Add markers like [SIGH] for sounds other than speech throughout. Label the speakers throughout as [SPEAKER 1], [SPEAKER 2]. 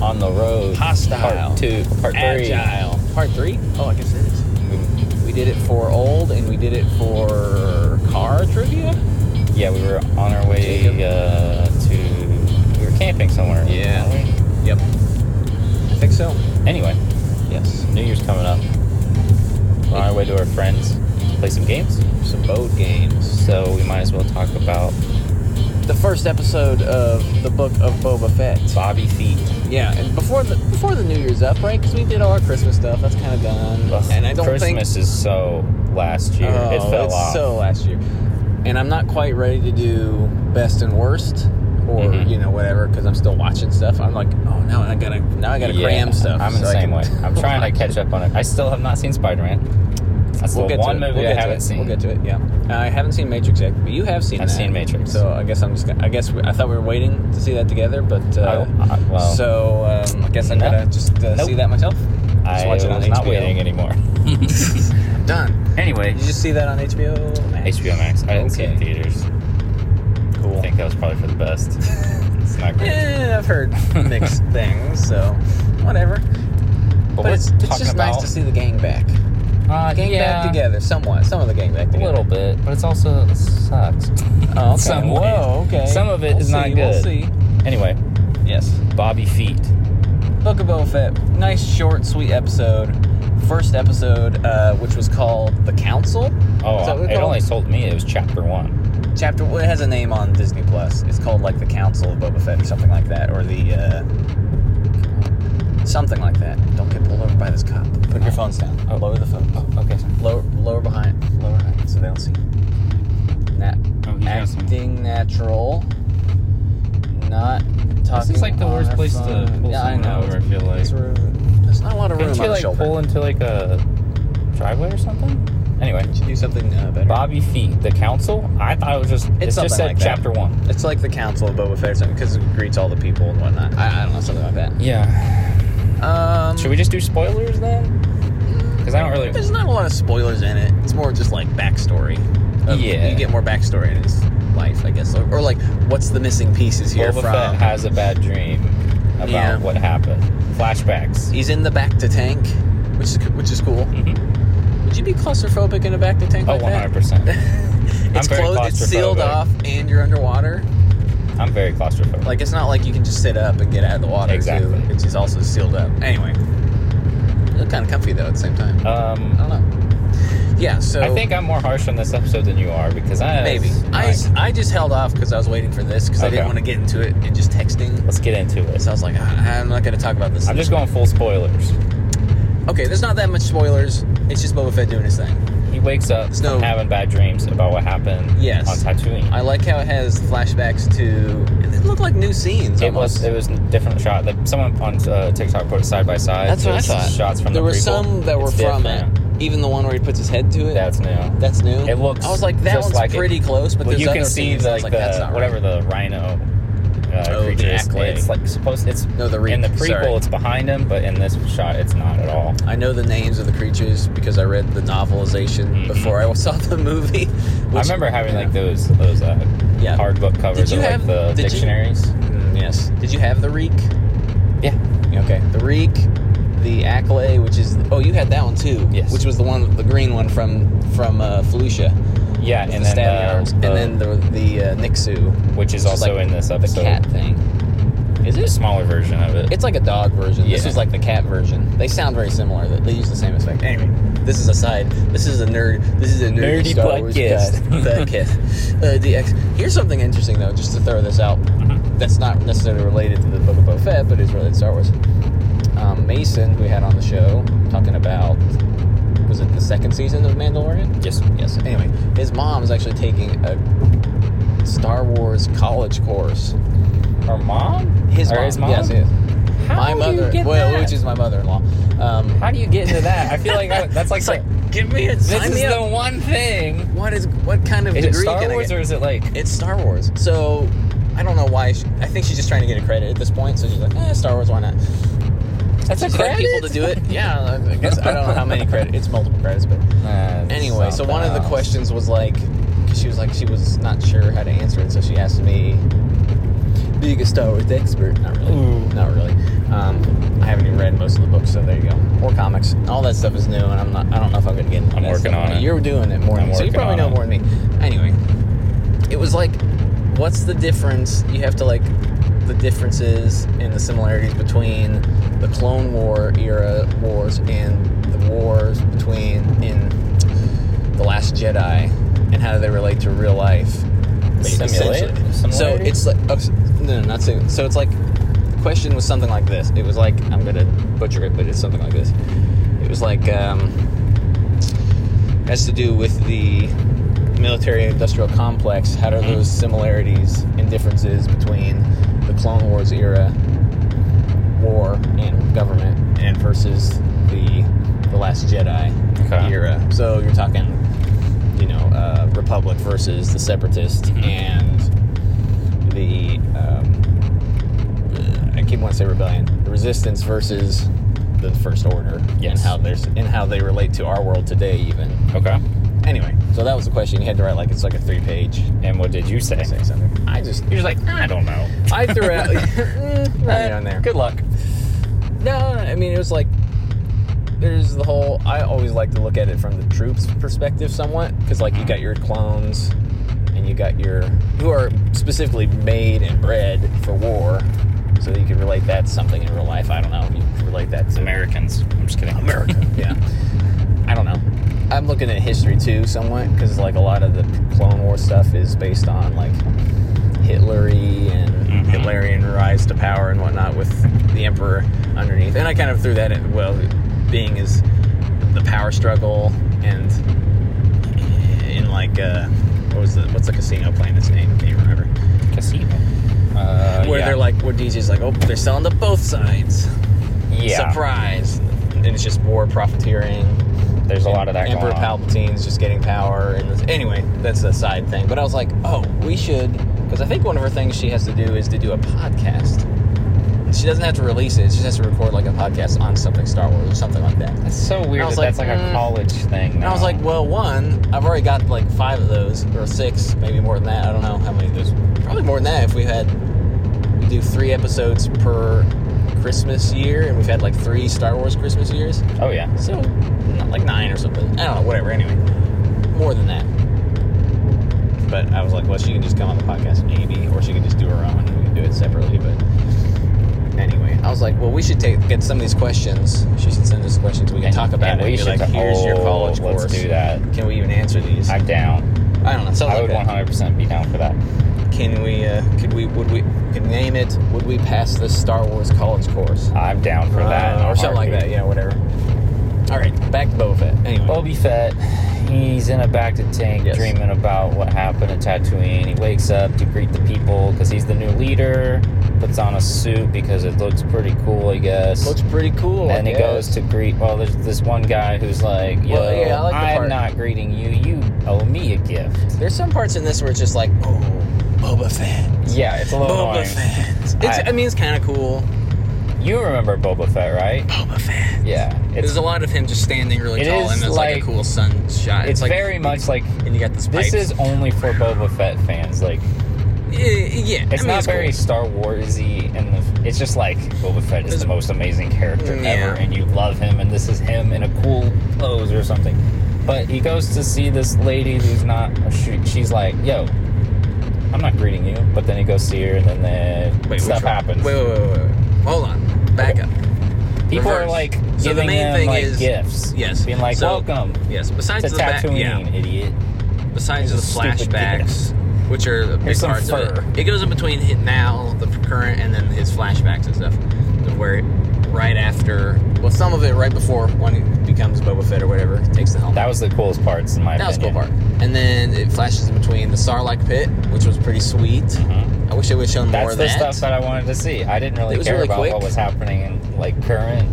[SPEAKER 1] on the road.
[SPEAKER 2] Hostile.
[SPEAKER 1] Part two. Part three. Mm-hmm.
[SPEAKER 2] Agile. Part three? Oh, I guess it is.
[SPEAKER 1] We-
[SPEAKER 2] We did it for old and we did it for car trivia?
[SPEAKER 1] yeah, we were on our way uh, to. We were camping somewhere.
[SPEAKER 2] Yeah.
[SPEAKER 1] weren't we?
[SPEAKER 2] Yep. I think so.
[SPEAKER 1] Anyway, yes, New Year's coming up. We're on our way to our friends, play some games.
[SPEAKER 2] Some boat games.
[SPEAKER 1] So we might as well talk about
[SPEAKER 2] The first episode of the book of Boba Fett.
[SPEAKER 1] Bobby Feet.
[SPEAKER 2] Yeah, and before the before the New Year's up, right? Because we did all our Christmas stuff. That's kind of done.
[SPEAKER 1] Ugh,
[SPEAKER 2] and I don't think
[SPEAKER 1] Christmas is so last year.
[SPEAKER 2] Oh,
[SPEAKER 1] it fell
[SPEAKER 2] it's
[SPEAKER 1] off.
[SPEAKER 2] So last year, and I'm not quite ready to do best and worst or
[SPEAKER 1] Mhm.
[SPEAKER 2] you know whatever because I'm still watching stuff. I'm like, oh now I gotta now I gotta
[SPEAKER 1] Yeah,
[SPEAKER 2] cram stuff.
[SPEAKER 1] I'm in
[SPEAKER 2] so
[SPEAKER 1] the
[SPEAKER 2] I
[SPEAKER 1] same
[SPEAKER 2] can-
[SPEAKER 1] way. I'm trying to catch up on it. I still have not seen Spider Man. That's
[SPEAKER 2] [LAUGHS] We'll
[SPEAKER 1] the
[SPEAKER 2] get
[SPEAKER 1] one
[SPEAKER 2] to it.
[SPEAKER 1] movie
[SPEAKER 2] we'll
[SPEAKER 1] I
[SPEAKER 2] get to
[SPEAKER 1] haven't
[SPEAKER 2] it.
[SPEAKER 1] seen.
[SPEAKER 2] We'll get to it. Yeah, Uh, I haven't seen Matrix yet, but you have seen.
[SPEAKER 1] I've
[SPEAKER 2] that.
[SPEAKER 1] seen Matrix.
[SPEAKER 2] So I guess I'm just. gonna- I guess we, I thought we were waiting to see that together, but uh,
[SPEAKER 1] I- I- Oh, well,
[SPEAKER 2] so um, I guess I
[SPEAKER 1] no.
[SPEAKER 2] gotta just uh,
[SPEAKER 1] Nope.
[SPEAKER 2] see that myself. Just
[SPEAKER 1] I
[SPEAKER 2] watch it on
[SPEAKER 1] was not
[SPEAKER 2] HBO.
[SPEAKER 1] waiting anymore.
[SPEAKER 2] Done.
[SPEAKER 1] Anyway,
[SPEAKER 2] Did you just see that on HBO? Max?
[SPEAKER 1] HBO Max. I didn't see it in
[SPEAKER 2] Okay.
[SPEAKER 1] theaters.
[SPEAKER 2] Cool.
[SPEAKER 1] I think that was probably for the best. it's not great.
[SPEAKER 2] Eh, I've
[SPEAKER 1] [LAUGHS]
[SPEAKER 2] heard mixed things, so whatever.
[SPEAKER 1] But,
[SPEAKER 2] [LAUGHS] But,
[SPEAKER 1] we're
[SPEAKER 2] it's,
[SPEAKER 1] talking
[SPEAKER 2] it's just
[SPEAKER 1] about
[SPEAKER 2] nice to see the gang back.
[SPEAKER 1] uh,
[SPEAKER 2] Gang
[SPEAKER 1] yeah,
[SPEAKER 2] back together, somewhat. Some of the gang back
[SPEAKER 1] a
[SPEAKER 2] together.
[SPEAKER 1] little bit, but it's also it sucks.
[SPEAKER 2] Oh, okay.
[SPEAKER 1] Some
[SPEAKER 2] Whoa,
[SPEAKER 1] ways.
[SPEAKER 2] okay.
[SPEAKER 1] Some of it
[SPEAKER 2] We'll
[SPEAKER 1] is not
[SPEAKER 2] see,
[SPEAKER 1] good.
[SPEAKER 2] We'll see.
[SPEAKER 1] Anyway,
[SPEAKER 2] Yes.
[SPEAKER 1] Bobby Feet.
[SPEAKER 2] Book of Boba Fett. Nice, short, sweet episode. First episode, uh, which was called The Council.
[SPEAKER 1] Oh,
[SPEAKER 2] So we
[SPEAKER 1] it
[SPEAKER 2] call-
[SPEAKER 1] only told me it was chapter one.
[SPEAKER 2] Chapter. Well, it has a name on Disney Plus. It's called like The Council of Boba Fett or something like that, or the uh, something like that. Don't get pulled over by this cop. Put your phones down.
[SPEAKER 1] Oh.
[SPEAKER 2] Lower the phone.
[SPEAKER 1] okay. Sorry.
[SPEAKER 2] Lower, lower behind, lower behind, so they don't see. Nat,
[SPEAKER 1] Oh, you got some-
[SPEAKER 2] acting natural, not talking.
[SPEAKER 3] This is like the
[SPEAKER 2] on
[SPEAKER 3] worst
[SPEAKER 2] their
[SPEAKER 3] place to
[SPEAKER 2] phone.
[SPEAKER 3] pull
[SPEAKER 2] Yeah, I
[SPEAKER 3] someone
[SPEAKER 2] know.
[SPEAKER 3] over. I feel like
[SPEAKER 2] There's room- There's not a lot of room
[SPEAKER 1] Didn't
[SPEAKER 2] on
[SPEAKER 1] you
[SPEAKER 2] the
[SPEAKER 1] like
[SPEAKER 2] shoulder.
[SPEAKER 1] pull into like a driveway or something? Anyway,
[SPEAKER 2] Should do something uh, better.
[SPEAKER 1] Bobby Feet, the council. I thought it was just
[SPEAKER 2] It's
[SPEAKER 1] it's,
[SPEAKER 2] something
[SPEAKER 1] just said
[SPEAKER 2] like that.
[SPEAKER 1] chapter one.
[SPEAKER 2] It's like the Council of Boba Fett or something because it greets all the people and whatnot. I, I don't know something like that.
[SPEAKER 1] Yeah.
[SPEAKER 2] Um,
[SPEAKER 1] Should we just do spoilers then? Because I don't really.
[SPEAKER 2] There's not a lot of spoilers in it. It's more just like backstory. of-
[SPEAKER 1] Yeah.
[SPEAKER 2] You get more backstory in his life, I guess, or, or like what's the missing pieces here
[SPEAKER 1] Boba
[SPEAKER 2] from.
[SPEAKER 1] Fett has a bad dream about
[SPEAKER 2] Yeah.
[SPEAKER 1] what happened. Flashbacks.
[SPEAKER 2] He's in the back to tank, which is which is cool.
[SPEAKER 1] Mhm.
[SPEAKER 2] Would you be claustrophobic in a back to tank
[SPEAKER 1] Oh,
[SPEAKER 2] like
[SPEAKER 1] one
[SPEAKER 2] that?
[SPEAKER 1] hundred percent.
[SPEAKER 2] [LAUGHS] It's
[SPEAKER 1] very
[SPEAKER 2] closed, it's sealed
[SPEAKER 1] claustrophobic.
[SPEAKER 2] off, and you're underwater.
[SPEAKER 1] I'm very claustrophobic.
[SPEAKER 2] Like it's not like you can just sit up and get out of the water.
[SPEAKER 1] Exactly.
[SPEAKER 2] Too. It's just also sealed up. Anyway, look kind of comfy though at the same time. I
[SPEAKER 1] um,
[SPEAKER 2] don't know. Yeah, so
[SPEAKER 1] I think I'm more harsh on this episode than you are because I
[SPEAKER 2] maybe I, I just held off because I was waiting for this because I didn't
[SPEAKER 1] Okay.
[SPEAKER 2] want to get into it and just texting.
[SPEAKER 1] let's get into it.
[SPEAKER 2] So I was like, "Ah, I'm not going to talk about this.
[SPEAKER 1] I'm just going full spoilers.
[SPEAKER 2] Okay, there's not that much spoilers. It's just Boba Fett doing his thing.
[SPEAKER 1] He wakes up
[SPEAKER 2] Snow.
[SPEAKER 1] from having bad dreams about what happened
[SPEAKER 2] Yes.
[SPEAKER 1] on Tatooine.
[SPEAKER 2] I like how it has flashbacks to. It looked like new scenes.
[SPEAKER 1] It was
[SPEAKER 2] almost.
[SPEAKER 1] it was a different shot. Like someone on uh, TikTok put it side by side.
[SPEAKER 2] That's what I
[SPEAKER 1] There's
[SPEAKER 2] thought.
[SPEAKER 1] Shots from
[SPEAKER 2] there
[SPEAKER 1] the
[SPEAKER 2] were
[SPEAKER 1] prequel.
[SPEAKER 2] some that were
[SPEAKER 1] It's
[SPEAKER 2] from
[SPEAKER 1] different.
[SPEAKER 2] it. Even the one where he puts his head to it.
[SPEAKER 1] That's new.
[SPEAKER 2] that's new.
[SPEAKER 1] It looks
[SPEAKER 2] I was like, that
[SPEAKER 1] just
[SPEAKER 2] one's
[SPEAKER 1] like it.
[SPEAKER 2] pretty close, but
[SPEAKER 1] well,
[SPEAKER 2] there's
[SPEAKER 1] you
[SPEAKER 2] other
[SPEAKER 1] can see
[SPEAKER 2] scenes. I was
[SPEAKER 1] like,
[SPEAKER 2] like,
[SPEAKER 1] the
[SPEAKER 2] that's not
[SPEAKER 1] whatever
[SPEAKER 2] right.
[SPEAKER 1] the rhino uh,
[SPEAKER 2] Oh, the
[SPEAKER 1] creature is.
[SPEAKER 2] Acklay.
[SPEAKER 1] It's like supposed it's
[SPEAKER 2] No, the Reek,
[SPEAKER 1] in the prequel
[SPEAKER 2] sorry.
[SPEAKER 1] it's behind him, but in this shot it's not at all.
[SPEAKER 2] I know the names of the creatures because I read the novelization
[SPEAKER 1] Mhm.
[SPEAKER 2] before I [LAUGHS] saw the movie.
[SPEAKER 1] I
[SPEAKER 2] which-
[SPEAKER 1] remember having
[SPEAKER 2] yeah.
[SPEAKER 1] like those those uh,
[SPEAKER 2] Yeah.
[SPEAKER 1] hard book covers
[SPEAKER 2] you
[SPEAKER 1] of like
[SPEAKER 2] have-
[SPEAKER 1] the
[SPEAKER 2] did you-
[SPEAKER 1] dictionaries.
[SPEAKER 2] Mm, yes. Did you have the reek?
[SPEAKER 1] Yeah,
[SPEAKER 2] Okay. The reek, the accolade, which is oh, you had that one too.
[SPEAKER 1] Yes.
[SPEAKER 2] Which was the one, the green one from from uh, Felucia.
[SPEAKER 1] yeah,
[SPEAKER 2] with
[SPEAKER 1] and then,
[SPEAKER 2] the stabbing
[SPEAKER 1] uh,
[SPEAKER 2] arms, and
[SPEAKER 1] the-
[SPEAKER 2] then the the uh, Nixu,
[SPEAKER 1] which is
[SPEAKER 2] which
[SPEAKER 1] also
[SPEAKER 2] like
[SPEAKER 1] in this
[SPEAKER 2] the
[SPEAKER 1] episode.
[SPEAKER 2] cat thing.
[SPEAKER 1] Is it a smaller version of it?
[SPEAKER 2] It's like a dog version. This
[SPEAKER 1] Yeah.
[SPEAKER 2] was like the cat version. They sound very similar. They- They use the same effect. Anyway, this is a side. This is a nerd. This is a nerdy,
[SPEAKER 1] Nerdy
[SPEAKER 2] Star
[SPEAKER 1] podcast.
[SPEAKER 2] [LAUGHS] Wars guy. podcast. Uh, the ex- Here's something interesting though, just to throw this out. That's not necessarily related to the Book of Boba Fett, but it's related to Star Wars. Um, Mason, who we had on the show, talking about was it the second season of Mandalorian?
[SPEAKER 1] Yes.
[SPEAKER 2] Yes. Anyway, his mom is actually taking a Star Wars college course.
[SPEAKER 1] Her mom?
[SPEAKER 2] His
[SPEAKER 1] or
[SPEAKER 2] mom.
[SPEAKER 1] His mom?
[SPEAKER 2] Yes. yes.
[SPEAKER 1] How
[SPEAKER 2] my
[SPEAKER 1] do
[SPEAKER 2] mother,
[SPEAKER 1] You get
[SPEAKER 2] well,
[SPEAKER 1] that?
[SPEAKER 2] which is my mother-in-law. Um,
[SPEAKER 1] How do you get into that? I feel like I, that's like,
[SPEAKER 2] It's
[SPEAKER 1] the-
[SPEAKER 2] like, give me a
[SPEAKER 1] this
[SPEAKER 2] sign
[SPEAKER 1] is
[SPEAKER 2] me
[SPEAKER 1] the
[SPEAKER 2] up.
[SPEAKER 1] one thing.
[SPEAKER 2] What is what kind of
[SPEAKER 1] Is it
[SPEAKER 2] degree
[SPEAKER 1] Star
[SPEAKER 2] can I
[SPEAKER 1] Wars
[SPEAKER 2] get?
[SPEAKER 1] or is it like?
[SPEAKER 2] it's Star Wars. So I don't know why. She, I think she's just trying to get a credit at this point. So she's like, eh, Star Wars, why not?
[SPEAKER 1] That's
[SPEAKER 2] She's got people to do it. Yeah, I guess I don't know how many credit. It's multiple credits, but anyway. So one of the questions was like, 'cause she was like, she was not sure how to answer it, so she asked me, being a Star Wars expert, not really,
[SPEAKER 1] Ooh.
[SPEAKER 2] not really. Um, most of the books, so there you go. Or comics. All that stuff is new, and I'm not. I don't know if I'm gonna get. Into
[SPEAKER 1] I'm
[SPEAKER 2] that
[SPEAKER 1] working
[SPEAKER 2] stuff.
[SPEAKER 1] on it.
[SPEAKER 2] You're doing it more than
[SPEAKER 1] I'm
[SPEAKER 2] me, so you
[SPEAKER 1] working
[SPEAKER 2] probably
[SPEAKER 1] on
[SPEAKER 2] know
[SPEAKER 1] it.
[SPEAKER 2] more than me. Anyway, it was like, what's the difference? You have to like the differences and the similarities between the Clone War era wars and the wars between in the Last Jedi, and how do they relate to real life?
[SPEAKER 1] Wait,
[SPEAKER 2] Essentially.
[SPEAKER 1] simulate-
[SPEAKER 2] So
[SPEAKER 1] similarities?
[SPEAKER 2] it's like oh, s- no, no, not sim. So it's like the question was something like this. It was like I'm gonna butcher it, but it's something like this. It was like um, has to do with the military industrial complex. How are
[SPEAKER 1] Mhm.
[SPEAKER 2] those similarities and differences between the Clone Wars era war and government and versus the the Last Jedi
[SPEAKER 1] Okay.
[SPEAKER 2] era? So you're talking, you know, uh, Republic versus the Separatist
[SPEAKER 1] Mhm.
[SPEAKER 2] and the um, uh, I keep wanting to say rebellion, the resistance versus the first order, and
[SPEAKER 1] Yes.
[SPEAKER 2] how there's and how they relate to our world today, even.
[SPEAKER 1] Okay.
[SPEAKER 2] Anyway, so that was the question. You had to write like it's like a three page.
[SPEAKER 1] And what did you say?
[SPEAKER 2] Say something. I just
[SPEAKER 1] You're just like, I don't know.
[SPEAKER 2] I threw out [LAUGHS] mm, right on there.
[SPEAKER 1] Uh, Good luck.
[SPEAKER 2] No, I mean it was like there's the whole. I always like to look at it from the troops' perspective, somewhat, because like you got your clones, and you got your who are specifically made and bred for war, so you can relate that to something in real life. I don't know. You can relate that to
[SPEAKER 1] Americans. I'm just kidding.
[SPEAKER 2] America. [LAUGHS] yeah. I don't know. I'm looking at history too, somewhat, because like a lot of the Clone War stuff is based on like Hitlery and
[SPEAKER 1] Mhm.
[SPEAKER 2] Hitlerian rise to power and whatnot with the Emperor underneath. And I kind of threw that in, well, being is the power struggle and in like, uh, what was the, what's the casino planet's name? I can't even remember.
[SPEAKER 1] Casino. Uh,
[SPEAKER 2] where
[SPEAKER 1] yeah.
[SPEAKER 2] they're like, where DJ's like, oh, they're selling to both sides.
[SPEAKER 1] yeah.
[SPEAKER 2] Surprise. And it's just war profiteering.
[SPEAKER 1] There's a lot of that
[SPEAKER 2] Emperor
[SPEAKER 1] going on.
[SPEAKER 2] Palpatine's just getting power, and this, anyway, that's a side thing. But I was like, oh, we should, because I think one of her things she has to do is to do a podcast. And She doesn't have to release it; she just has to record like a podcast on something Star Wars or something like that.
[SPEAKER 1] That's so weird.
[SPEAKER 2] I was
[SPEAKER 1] that
[SPEAKER 2] like,
[SPEAKER 1] that's like
[SPEAKER 2] mm.
[SPEAKER 1] a college thing.
[SPEAKER 2] And I was
[SPEAKER 1] now.
[SPEAKER 2] like, well, one, I've already got like five of those, or six, maybe more than that. I don't know how many there's. Probably more than that if we had we do three episodes per Christmas year, and we've had like three Star Wars Christmas years.
[SPEAKER 1] oh yeah.
[SPEAKER 2] So, not like nine or something. I don't know, whatever. Anyway, more than that. But I was like, well, she can just come on the podcast, maybe, or she can just do her own and we can do it separately. But anyway, I was like, well, we should take get some of these questions. She should send us questions we can talk about
[SPEAKER 1] and
[SPEAKER 2] it.
[SPEAKER 1] We
[SPEAKER 2] and be
[SPEAKER 1] should
[SPEAKER 2] like,
[SPEAKER 1] ta-
[SPEAKER 2] here's your
[SPEAKER 1] oh,
[SPEAKER 2] college
[SPEAKER 1] let's
[SPEAKER 2] course.
[SPEAKER 1] do that.
[SPEAKER 2] Can we even answer these? I,
[SPEAKER 1] I'm down.
[SPEAKER 2] don't know. Something
[SPEAKER 1] I would
[SPEAKER 2] like that.
[SPEAKER 1] 100% be down for that.
[SPEAKER 2] Can we? Uh, could we? Would we? Could name it? Would we pass this Star Wars college course?
[SPEAKER 1] I'm down for that. in
[SPEAKER 2] Uh,
[SPEAKER 1] a
[SPEAKER 2] or something like that.
[SPEAKER 1] heartbeat.
[SPEAKER 2] Yeah, whatever. All right, back to Boba Fett. Anyway.
[SPEAKER 1] Boba Fett, he's in a back to tank
[SPEAKER 2] Yes.
[SPEAKER 1] dreaming about what happened at Tatooine. He wakes up to greet the people because he's the new leader. Puts on a suit because it looks pretty cool, I guess.
[SPEAKER 2] Looks pretty cool.
[SPEAKER 1] and
[SPEAKER 2] I
[SPEAKER 1] he goes
[SPEAKER 2] guess.
[SPEAKER 1] to greet. Well, there's this one guy who's like, "Yo,
[SPEAKER 2] Well, yeah, I like the
[SPEAKER 1] I'm
[SPEAKER 2] part-
[SPEAKER 1] not greeting you. You owe me a gift."
[SPEAKER 2] There's some parts in this where it's just like, oh, Boba Fett.
[SPEAKER 1] Yeah, it's a little
[SPEAKER 2] Boba
[SPEAKER 1] annoying.
[SPEAKER 2] Fett. It's, I,
[SPEAKER 1] I-
[SPEAKER 2] mean, it's kind of cool.
[SPEAKER 1] You remember Boba Fett, right?
[SPEAKER 2] Boba Fett.
[SPEAKER 1] Yeah, it's
[SPEAKER 2] There's a lot of him just standing really
[SPEAKER 1] It
[SPEAKER 2] tall,
[SPEAKER 1] is
[SPEAKER 2] and it's like,
[SPEAKER 1] like-
[SPEAKER 2] a cool sun shot.
[SPEAKER 1] it's,
[SPEAKER 2] like
[SPEAKER 1] very much like
[SPEAKER 2] And you got this.
[SPEAKER 1] this
[SPEAKER 2] pipe.
[SPEAKER 1] is only for Boba Fett fans. Like,
[SPEAKER 2] Yeah, yeah.
[SPEAKER 1] it's
[SPEAKER 2] I mean,
[SPEAKER 1] not
[SPEAKER 2] it's
[SPEAKER 1] very
[SPEAKER 2] Cool.
[SPEAKER 1] Star Warsy, and the, it's just like Boba Fett is
[SPEAKER 2] There's-
[SPEAKER 1] the most amazing character
[SPEAKER 2] Yeah.
[SPEAKER 1] ever, and you love him, and this is him in a cool pose or something. But he goes to see this lady who's not. She, she's like, "Yo, I'm not greeting you." But then he goes see her, and then the
[SPEAKER 2] Wait,
[SPEAKER 1] stuff
[SPEAKER 2] which one?
[SPEAKER 1] happens.
[SPEAKER 2] Wait, wait, wait, wait, wait. Hold on. Back
[SPEAKER 1] Okay.
[SPEAKER 2] up.
[SPEAKER 1] People are
[SPEAKER 2] reverse.
[SPEAKER 1] like
[SPEAKER 2] So the
[SPEAKER 1] giving
[SPEAKER 2] main
[SPEAKER 1] him
[SPEAKER 2] thing
[SPEAKER 1] like
[SPEAKER 2] is-
[SPEAKER 1] gifts,
[SPEAKER 2] Yes.
[SPEAKER 1] being like,
[SPEAKER 2] So-
[SPEAKER 1] "Welcome
[SPEAKER 2] Yes. Besides
[SPEAKER 1] to
[SPEAKER 2] the back,
[SPEAKER 1] Tatooine,
[SPEAKER 2] yeah.
[SPEAKER 1] idiot."
[SPEAKER 2] besides the
[SPEAKER 1] Here's a stupid
[SPEAKER 2] flashbacks, which are the big
[SPEAKER 1] Here's some
[SPEAKER 2] parts of
[SPEAKER 1] fur.
[SPEAKER 2] it. It goes in between hit now, the current, and then his flashbacks and stuff, to where right after, well, some of it right before when he becomes Boba Fett or whatever, he takes the helmet.
[SPEAKER 1] That was the coolest parts in my
[SPEAKER 2] That was a cool
[SPEAKER 1] opinion.
[SPEAKER 2] part. And then it flashes in between the Sarlacc pit, which was pretty sweet.
[SPEAKER 1] Mhm.
[SPEAKER 2] I wish they would have shown more
[SPEAKER 1] That's
[SPEAKER 2] of
[SPEAKER 1] the
[SPEAKER 2] that.
[SPEAKER 1] stuff that I wanted to see. I didn't
[SPEAKER 2] It
[SPEAKER 1] really
[SPEAKER 2] was
[SPEAKER 1] care
[SPEAKER 2] really
[SPEAKER 1] about
[SPEAKER 2] quick.
[SPEAKER 1] what was happening in like current,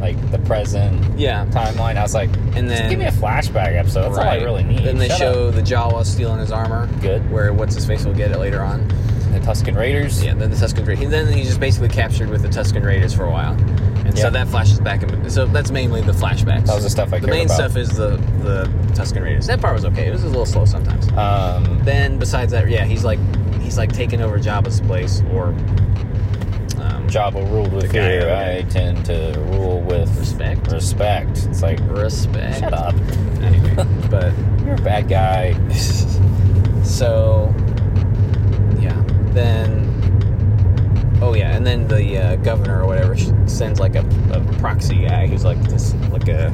[SPEAKER 1] like the present
[SPEAKER 2] yeah.
[SPEAKER 1] timeline. I was like,
[SPEAKER 2] And
[SPEAKER 1] just
[SPEAKER 2] then-
[SPEAKER 1] give me a flashback episode. That's all I
[SPEAKER 2] Right.
[SPEAKER 1] really need.
[SPEAKER 2] Then they
[SPEAKER 1] Shut
[SPEAKER 2] show the Jawa stealing his armor.
[SPEAKER 1] Good.
[SPEAKER 2] Where what's his face will get it later on.
[SPEAKER 1] up. the Tuscan Raiders.
[SPEAKER 2] Yeah, then the Tuscan Raiders. Then he's just basically captured with the Tuscan Raiders for a while, and
[SPEAKER 1] Yeah.
[SPEAKER 2] so that flashes back. and- So that's mainly the flashbacks.
[SPEAKER 1] That was the stuff I
[SPEAKER 2] The
[SPEAKER 1] cared
[SPEAKER 2] main
[SPEAKER 1] about.
[SPEAKER 2] stuff is the the Tuscan Raiders. That part was okay. It was a little slow sometimes.
[SPEAKER 1] Um,
[SPEAKER 2] Then besides that, yeah, he's like he's like taking over Jabba's place or um,
[SPEAKER 1] Jabba ruled with
[SPEAKER 2] guy
[SPEAKER 1] fear.
[SPEAKER 2] over there.
[SPEAKER 1] I tend to rule with
[SPEAKER 2] Respect.
[SPEAKER 1] Respect. It's like,
[SPEAKER 2] Respect.
[SPEAKER 1] shut up.
[SPEAKER 2] Anyway, but
[SPEAKER 1] You're a bad
[SPEAKER 2] [LAUGHS]
[SPEAKER 1] guy.
[SPEAKER 2] so yeah, then oh yeah, and then the uh, governor or whatever sh- sends like a, a proxy guy who's like this like a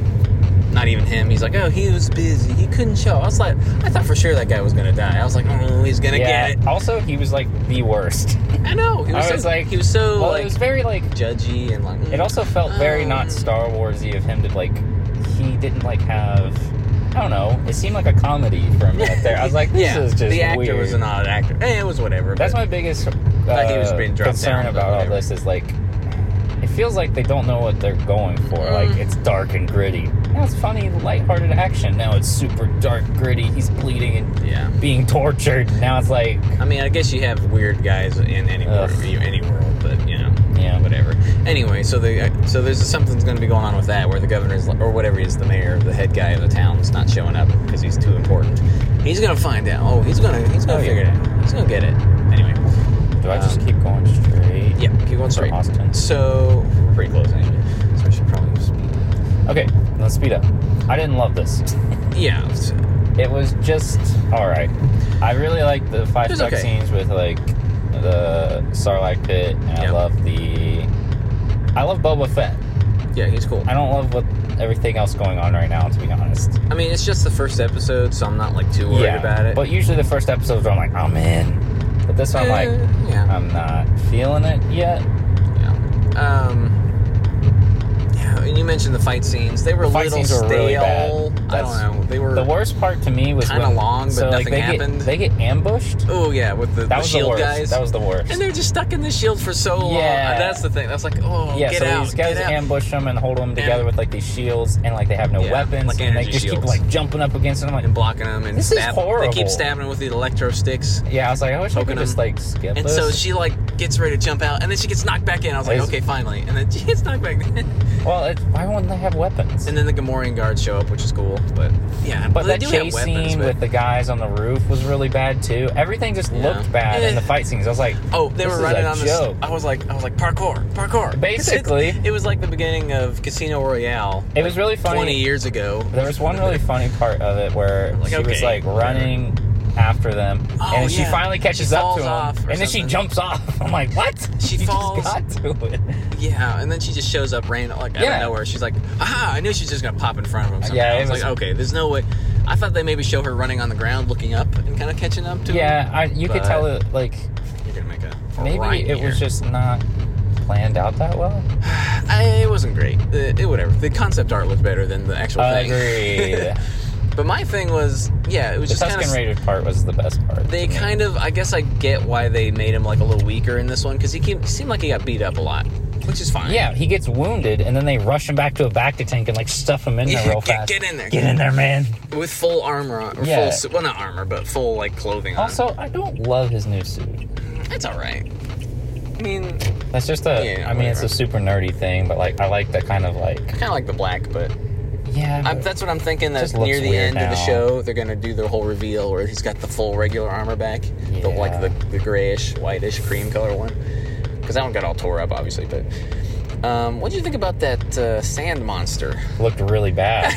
[SPEAKER 2] not even him. He's like, oh, he was busy, he couldn't show. I was like, I thought for sure that guy was gonna die. I was like, oh, he's gonna
[SPEAKER 1] yeah.
[SPEAKER 2] get it.
[SPEAKER 1] Also, he was like the worst.
[SPEAKER 2] I know. He was,
[SPEAKER 1] I
[SPEAKER 2] so,
[SPEAKER 1] was like-
[SPEAKER 2] he was so
[SPEAKER 1] well,
[SPEAKER 2] like
[SPEAKER 1] it was very like.
[SPEAKER 2] judgy and like.
[SPEAKER 1] It also felt very
[SPEAKER 2] Um.
[SPEAKER 1] not Star Warsy of him to like. He didn't like have. I don't know. It seemed like a comedy for a minute there. I was like, this
[SPEAKER 2] [LAUGHS] yeah,
[SPEAKER 1] is just
[SPEAKER 2] the actor
[SPEAKER 1] weird.
[SPEAKER 2] was an odd actor. Eh, it was whatever.
[SPEAKER 1] That's
[SPEAKER 2] but-
[SPEAKER 1] my biggest uh,
[SPEAKER 2] thought he was being dropped
[SPEAKER 1] concern
[SPEAKER 2] down, but
[SPEAKER 1] about all
[SPEAKER 2] whatever.
[SPEAKER 1] this is like it feels like they don't know what they're going for. Like
[SPEAKER 2] Mm.
[SPEAKER 1] it's dark and gritty. Now it's funny, lighthearted action. Now it's super dark, gritty. He's bleeding and
[SPEAKER 2] yeah.
[SPEAKER 1] being tortured. Now it's like
[SPEAKER 2] I mean, I guess you have weird guys in any
[SPEAKER 1] Ugh.
[SPEAKER 2] world, any world, but you know,
[SPEAKER 1] Yeah.
[SPEAKER 2] whatever. Anyway, so the so there's something's going to be going on with that, where the governor's like- or whatever he is, the mayor, the head guy of the town, is not showing up because he's too important. He's going to find out. Oh, he's going to he's going
[SPEAKER 1] Oh,
[SPEAKER 2] to
[SPEAKER 1] yeah.
[SPEAKER 2] figure it out. He's going to get it. Anyway,
[SPEAKER 1] do I just
[SPEAKER 2] Um,
[SPEAKER 1] keep going straight?
[SPEAKER 2] yeah, keep going
[SPEAKER 1] For
[SPEAKER 2] straight.
[SPEAKER 1] Austin.
[SPEAKER 2] So we're pretty close anyway. So we should probably just
[SPEAKER 1] Okay, let's speed up. I didn't love this. [LAUGHS]
[SPEAKER 2] yeah. so-
[SPEAKER 1] It was just all right. I really like the five
[SPEAKER 2] It's
[SPEAKER 1] sec
[SPEAKER 2] okay.
[SPEAKER 1] scenes with like the Sarlacc pit, and I
[SPEAKER 2] Yeah.
[SPEAKER 1] love the. I love Boba Fett.
[SPEAKER 2] Yeah, he's cool.
[SPEAKER 1] I don't love what everything else going on right now, to be honest.
[SPEAKER 2] I mean, it's just the first episode, so I'm not like too worried about it.
[SPEAKER 1] But usually the first episodes, I'm like, I'm in. But this one, I'm like,
[SPEAKER 2] Eh, yeah.
[SPEAKER 1] I'm not feeling it yet.
[SPEAKER 2] Yeah. Um, yeah, and you mentioned the fight scenes. They were a
[SPEAKER 1] The fight
[SPEAKER 2] little
[SPEAKER 1] scenes
[SPEAKER 2] stale.
[SPEAKER 1] were really bad.
[SPEAKER 2] I
[SPEAKER 1] That's
[SPEAKER 2] don't know. They were.
[SPEAKER 1] The worst part to me was
[SPEAKER 2] Kinda
[SPEAKER 1] when-
[SPEAKER 2] long, but
[SPEAKER 1] so, like,
[SPEAKER 2] nothing
[SPEAKER 1] they
[SPEAKER 2] happened.
[SPEAKER 1] Get, they get ambushed.
[SPEAKER 2] oh yeah, with the,
[SPEAKER 1] That
[SPEAKER 2] the
[SPEAKER 1] was the
[SPEAKER 2] shield
[SPEAKER 1] worst.
[SPEAKER 2] guys.
[SPEAKER 1] That was the worst.
[SPEAKER 2] and they're just stuck in the shield for so long.
[SPEAKER 1] Yeah.
[SPEAKER 2] And That's the thing. That's like, oh,
[SPEAKER 1] yeah,
[SPEAKER 2] get
[SPEAKER 1] so
[SPEAKER 2] out,
[SPEAKER 1] these guys
[SPEAKER 2] get out.
[SPEAKER 1] ambush them and hold them together with like these shields, and like they have no
[SPEAKER 2] Yeah,
[SPEAKER 1] weapons,
[SPEAKER 2] like
[SPEAKER 1] and they
[SPEAKER 2] energy
[SPEAKER 1] just keep
[SPEAKER 2] shields.
[SPEAKER 1] like jumping up against them. Like,
[SPEAKER 2] and blocking them and
[SPEAKER 1] This is
[SPEAKER 2] stab- They
[SPEAKER 1] horrible.
[SPEAKER 2] keep stabbing them with the electro sticks.
[SPEAKER 1] yeah, I was like, I wish I
[SPEAKER 2] Poking
[SPEAKER 1] could just
[SPEAKER 2] them.
[SPEAKER 1] like skip
[SPEAKER 2] And
[SPEAKER 1] this.
[SPEAKER 2] so she like gets ready to jump out, and then she gets knocked back in. I was like,
[SPEAKER 1] Is-
[SPEAKER 2] okay, finally. And then [LAUGHS] she gets knocked back in.
[SPEAKER 1] well, it, why wouldn't they have weapons?
[SPEAKER 2] and then the Gamorrean guards show up, which is cool. But yeah,
[SPEAKER 1] But
[SPEAKER 2] they
[SPEAKER 1] that
[SPEAKER 2] do
[SPEAKER 1] chase
[SPEAKER 2] have weapons.
[SPEAKER 1] scene
[SPEAKER 2] but-
[SPEAKER 1] with the guys on the roof was really bad too. Everything just
[SPEAKER 2] Yeah.
[SPEAKER 1] looked bad in
[SPEAKER 2] Eh.
[SPEAKER 1] the fight scenes. I was like,
[SPEAKER 2] Oh, they
[SPEAKER 1] This
[SPEAKER 2] were
[SPEAKER 1] is
[SPEAKER 2] running
[SPEAKER 1] a
[SPEAKER 2] on
[SPEAKER 1] joke.
[SPEAKER 2] the. I was like, I was like parkour, parkour.
[SPEAKER 1] Basically.
[SPEAKER 2] it, was like the beginning of Casino Royale
[SPEAKER 1] it was really funny.
[SPEAKER 2] twenty years ago.
[SPEAKER 1] There was one really funny part of it where
[SPEAKER 2] [LAUGHS] Like,
[SPEAKER 1] she was
[SPEAKER 2] okay,
[SPEAKER 1] like
[SPEAKER 2] whatever.
[SPEAKER 1] running after them,
[SPEAKER 2] Oh,
[SPEAKER 1] and she
[SPEAKER 2] yeah.
[SPEAKER 1] finally catches
[SPEAKER 2] She
[SPEAKER 1] up
[SPEAKER 2] falls
[SPEAKER 1] to
[SPEAKER 2] off
[SPEAKER 1] them,
[SPEAKER 2] or
[SPEAKER 1] and then she
[SPEAKER 2] something.
[SPEAKER 1] jumps off. [LAUGHS] I'm like, what?
[SPEAKER 2] She
[SPEAKER 1] You
[SPEAKER 2] falls.
[SPEAKER 1] Just got to it.
[SPEAKER 2] [LAUGHS] Yeah, and then she just shows up random, like out
[SPEAKER 1] Yeah.
[SPEAKER 2] of nowhere. She's like, "Aha!" I knew she's just gonna pop in front of him. Somehow.
[SPEAKER 1] Yeah, it
[SPEAKER 2] I was,
[SPEAKER 1] was-
[SPEAKER 2] like, "Okay, there's no way." I thought they maybe show her running on the ground, looking up, and kind of catching up to him.
[SPEAKER 1] Yeah, I, you could
[SPEAKER 2] But-
[SPEAKER 1] tell it like
[SPEAKER 2] You're gonna make a
[SPEAKER 1] maybe
[SPEAKER 2] right
[SPEAKER 1] it was
[SPEAKER 2] here.
[SPEAKER 1] just not planned out that
[SPEAKER 2] [LAUGHS]
[SPEAKER 1] well.
[SPEAKER 2] I, it wasn't great. It, it whatever. The concept art looked better than the actual
[SPEAKER 1] [LAUGHS]
[SPEAKER 2] thing.
[SPEAKER 1] Agreed.
[SPEAKER 2] [LAUGHS] but my thing was, yeah, it was
[SPEAKER 1] the
[SPEAKER 2] just kind
[SPEAKER 1] Tuscan
[SPEAKER 2] of
[SPEAKER 1] Raider part was the best part.
[SPEAKER 2] They kind of, I guess, I get why they made him like a little weaker in this one because he came, seemed like he got beat up a lot, which is fine.
[SPEAKER 1] Yeah, he gets wounded, and then they rush him back to a Bacta tank and like stuff him in there
[SPEAKER 2] Yeah,
[SPEAKER 1] real
[SPEAKER 2] [LAUGHS] get-
[SPEAKER 1] fast.
[SPEAKER 2] get in there.
[SPEAKER 1] get in there,
[SPEAKER 2] [LAUGHS]
[SPEAKER 1] man.
[SPEAKER 2] with full armor, on, or
[SPEAKER 1] Yeah.
[SPEAKER 2] full su- well, not armor, but full like clothing. on.
[SPEAKER 1] Also, I don't love his new suit.
[SPEAKER 2] it's all right. I mean, I
[SPEAKER 1] That's just a. I
[SPEAKER 2] Yeah,
[SPEAKER 1] mean, it's a
[SPEAKER 2] whatever.
[SPEAKER 1] super nerdy thing, but like, I like that kind of like.
[SPEAKER 2] kind of like the black, but
[SPEAKER 1] Yeah,
[SPEAKER 2] I'm, that's what I'm thinking. That
[SPEAKER 1] Just looks
[SPEAKER 2] near the
[SPEAKER 1] weird
[SPEAKER 2] end of the
[SPEAKER 1] now.
[SPEAKER 2] show, they're gonna do the whole reveal where he's got the full regular armor back, the, like
[SPEAKER 1] Yeah.
[SPEAKER 2] the, the grayish, whitish, cream color one. Because that one got all tore up, obviously. But um, what do you think about that uh, sand monster?
[SPEAKER 1] looked really
[SPEAKER 2] [LAUGHS]
[SPEAKER 1] bad.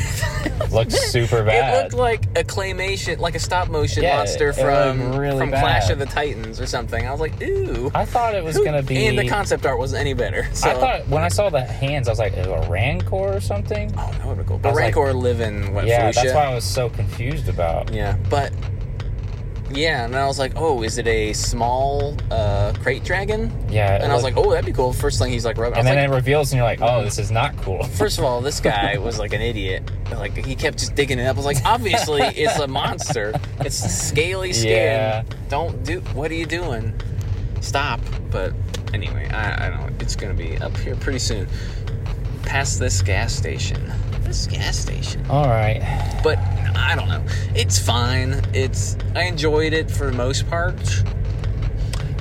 [SPEAKER 1] looked super bad.
[SPEAKER 2] It looked like a claymation, like a stop motion
[SPEAKER 1] Yeah,
[SPEAKER 2] monster
[SPEAKER 1] it
[SPEAKER 2] from
[SPEAKER 1] looked really
[SPEAKER 2] from Clash
[SPEAKER 1] bad.
[SPEAKER 2] of the Titans or something. I was like, ooh.
[SPEAKER 1] I thought it was gonna be.
[SPEAKER 2] And the concept art wasn't any better. So.
[SPEAKER 1] I thought when I saw the hands, I was like, is it a Rancor or something?
[SPEAKER 2] oh, that would be cool.
[SPEAKER 1] I
[SPEAKER 2] But
[SPEAKER 1] was like-
[SPEAKER 2] Rancor live in what?
[SPEAKER 1] yeah,
[SPEAKER 2] Felicia?
[SPEAKER 1] that's why I was so confused about.
[SPEAKER 2] Yeah, but yeah, and I was like, oh, is it a small uh, crate dragon?
[SPEAKER 1] Yeah, it
[SPEAKER 2] and I was
[SPEAKER 1] looked-
[SPEAKER 2] like, oh, that'd be cool. First thing he's like rubbing. I
[SPEAKER 1] And
[SPEAKER 2] was
[SPEAKER 1] then
[SPEAKER 2] like,
[SPEAKER 1] it reveals, and you're like, oh, this is not cool.
[SPEAKER 2] First of all, this guy was like an idiot. Like he kept just digging it up. I was like, obviously it's a monster. It's scaly skin.
[SPEAKER 1] Yeah.
[SPEAKER 2] Don't do. What are you doing? Stop. But anyway, I, I don't. It's gonna be up here pretty soon. Past this gas station. This gas station.
[SPEAKER 1] [LAUGHS] All right.
[SPEAKER 2] But I don't know. It's fine. It's. I enjoyed it for the most part.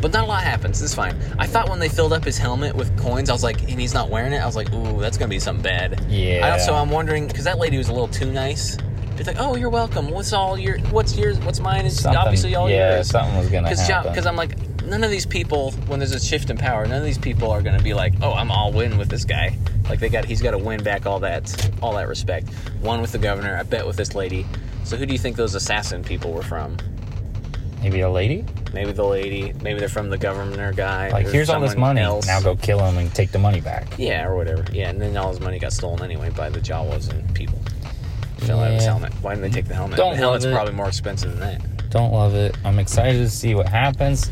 [SPEAKER 2] But not a lot happens. It's fine. I thought when they filled up his helmet with coins, I was like, and he's not wearing it. I was like, ooh, that's gonna be something bad.
[SPEAKER 1] Yeah.
[SPEAKER 2] I also I'm wondering because that lady was a little too nice. She's like, "Oh, you're welcome. What's all your? What's yours? What's mine is
[SPEAKER 1] Something-
[SPEAKER 2] obviously all
[SPEAKER 1] yeah,
[SPEAKER 2] yours."
[SPEAKER 1] something was gonna
[SPEAKER 2] Because
[SPEAKER 1] happen.
[SPEAKER 2] I'm like, no, none of these people, when there's a shift in power, none of these people are going to be like, "Oh, I'm all in with this guy." Like they got, he's got to win back all that, all that respect. One with the governor, I bet with this lady. So who do you think those assassin people were from?
[SPEAKER 1] Maybe a lady?
[SPEAKER 2] Maybe the lady. Maybe they're from the governor guy.
[SPEAKER 1] Like,
[SPEAKER 2] or
[SPEAKER 1] here's all this
[SPEAKER 2] someone
[SPEAKER 1] money.
[SPEAKER 2] else.
[SPEAKER 1] Now go kill him and take the money back.
[SPEAKER 2] Yeah, or whatever. Yeah, and then all his money got stolen anyway by the Jawas and people. Fell out of his
[SPEAKER 1] Yeah.
[SPEAKER 2] helmet. Why didn't they take the helmet?
[SPEAKER 1] Don't
[SPEAKER 2] the helmet's
[SPEAKER 1] love it.
[SPEAKER 2] probably more expensive than that.
[SPEAKER 1] Don't love it. I'm excited to see what happens.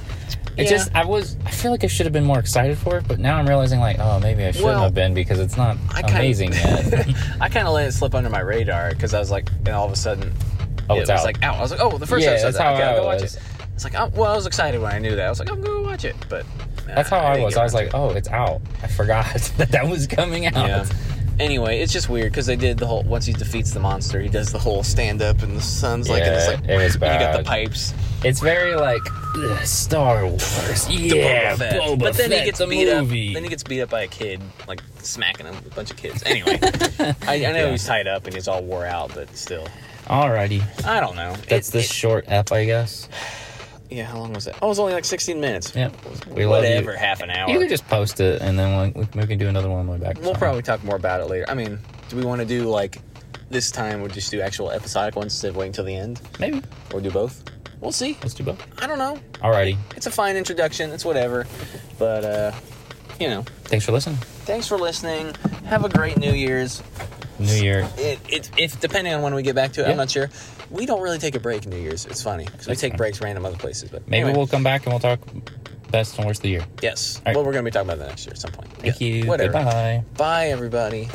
[SPEAKER 1] It
[SPEAKER 2] Yeah.
[SPEAKER 1] just, I was, I feel like I should have been more excited for it, but now I'm realizing, like, oh, maybe I shouldn't
[SPEAKER 2] Well,
[SPEAKER 1] have been because it's not
[SPEAKER 2] I kinda,
[SPEAKER 1] amazing
[SPEAKER 2] [LAUGHS]
[SPEAKER 1] yet.
[SPEAKER 2] I kind of let it slip under my radar because I was like, and all of a sudden,
[SPEAKER 1] Oh,
[SPEAKER 2] it
[SPEAKER 1] it's
[SPEAKER 2] was
[SPEAKER 1] out.
[SPEAKER 2] like out. I was like, oh, the first
[SPEAKER 1] Yeah,
[SPEAKER 2] episode.
[SPEAKER 1] that's how
[SPEAKER 2] okay, I'll
[SPEAKER 1] I
[SPEAKER 2] go watch
[SPEAKER 1] was.
[SPEAKER 2] it. It's like, oh, well, I was excited when I knew that. I was like, I'm gonna go watch it, but nah,
[SPEAKER 1] That's how I,
[SPEAKER 2] didn't
[SPEAKER 1] was.
[SPEAKER 2] get
[SPEAKER 1] I was
[SPEAKER 2] around
[SPEAKER 1] like, oh, it's out. I forgot [LAUGHS] that that was coming out.
[SPEAKER 2] to it. yeah. Anyway, it's just weird because they did the whole. Once he defeats the monster, he does the whole stand up, and the sun's like, and it's
[SPEAKER 1] Yeah,
[SPEAKER 2] like,
[SPEAKER 1] it was
[SPEAKER 2] You got the
[SPEAKER 1] bad.
[SPEAKER 2] pipes.
[SPEAKER 1] It's very like ugh, Star Wars. Yeah,
[SPEAKER 2] Boba Fett.
[SPEAKER 1] Boba
[SPEAKER 2] but then
[SPEAKER 1] Fett,
[SPEAKER 2] he gets
[SPEAKER 1] the
[SPEAKER 2] beat
[SPEAKER 1] movie.
[SPEAKER 2] up. Then he gets beat up by a kid, like smacking him, a bunch of kids.
[SPEAKER 1] [LAUGHS]
[SPEAKER 2] Anyway, I, I know
[SPEAKER 1] Yeah.
[SPEAKER 2] he's tied up and he's all wore out, but still,
[SPEAKER 1] Alrighty,
[SPEAKER 2] I don't know.
[SPEAKER 1] that's
[SPEAKER 2] It-
[SPEAKER 1] this
[SPEAKER 2] it-
[SPEAKER 1] short ep, I guess.
[SPEAKER 2] yeah, how long was that? Oh, it was only like 16 minutes.
[SPEAKER 1] Yep, we love you.
[SPEAKER 2] Whatever, half an hour.
[SPEAKER 1] You could just post it, and then we, we can do another one on the way back.
[SPEAKER 2] we'll probably talk more about it later. I mean, do we want to do like this time? We'll just do actual episodic ones instead of waiting till the end,
[SPEAKER 1] maybe
[SPEAKER 2] or do both? We'll see.
[SPEAKER 1] let's do both.
[SPEAKER 2] I don't know.
[SPEAKER 1] Alrighty,
[SPEAKER 2] It's a fine introduction. It's whatever, but uh, you know.
[SPEAKER 1] thanks for listening.
[SPEAKER 2] Thanks for listening. Have a great New Year's.
[SPEAKER 1] New year.
[SPEAKER 2] it, it, if depending on when we get back to it,
[SPEAKER 1] Yeah.
[SPEAKER 2] I'm not sure. We don't really take a break in New Year's. It's funny because we
[SPEAKER 1] That's
[SPEAKER 2] take
[SPEAKER 1] fine.
[SPEAKER 2] breaks random other places. But
[SPEAKER 1] Maybe
[SPEAKER 2] anyway,
[SPEAKER 1] we'll come back and we'll talk best and worst of the year.
[SPEAKER 2] yes.
[SPEAKER 1] right.
[SPEAKER 2] Well, we're gonna be talking about that next year at some point.
[SPEAKER 1] Thank
[SPEAKER 2] Yeah.
[SPEAKER 1] you.
[SPEAKER 2] Whatever.
[SPEAKER 1] Goodbye.
[SPEAKER 2] Bye, everybody.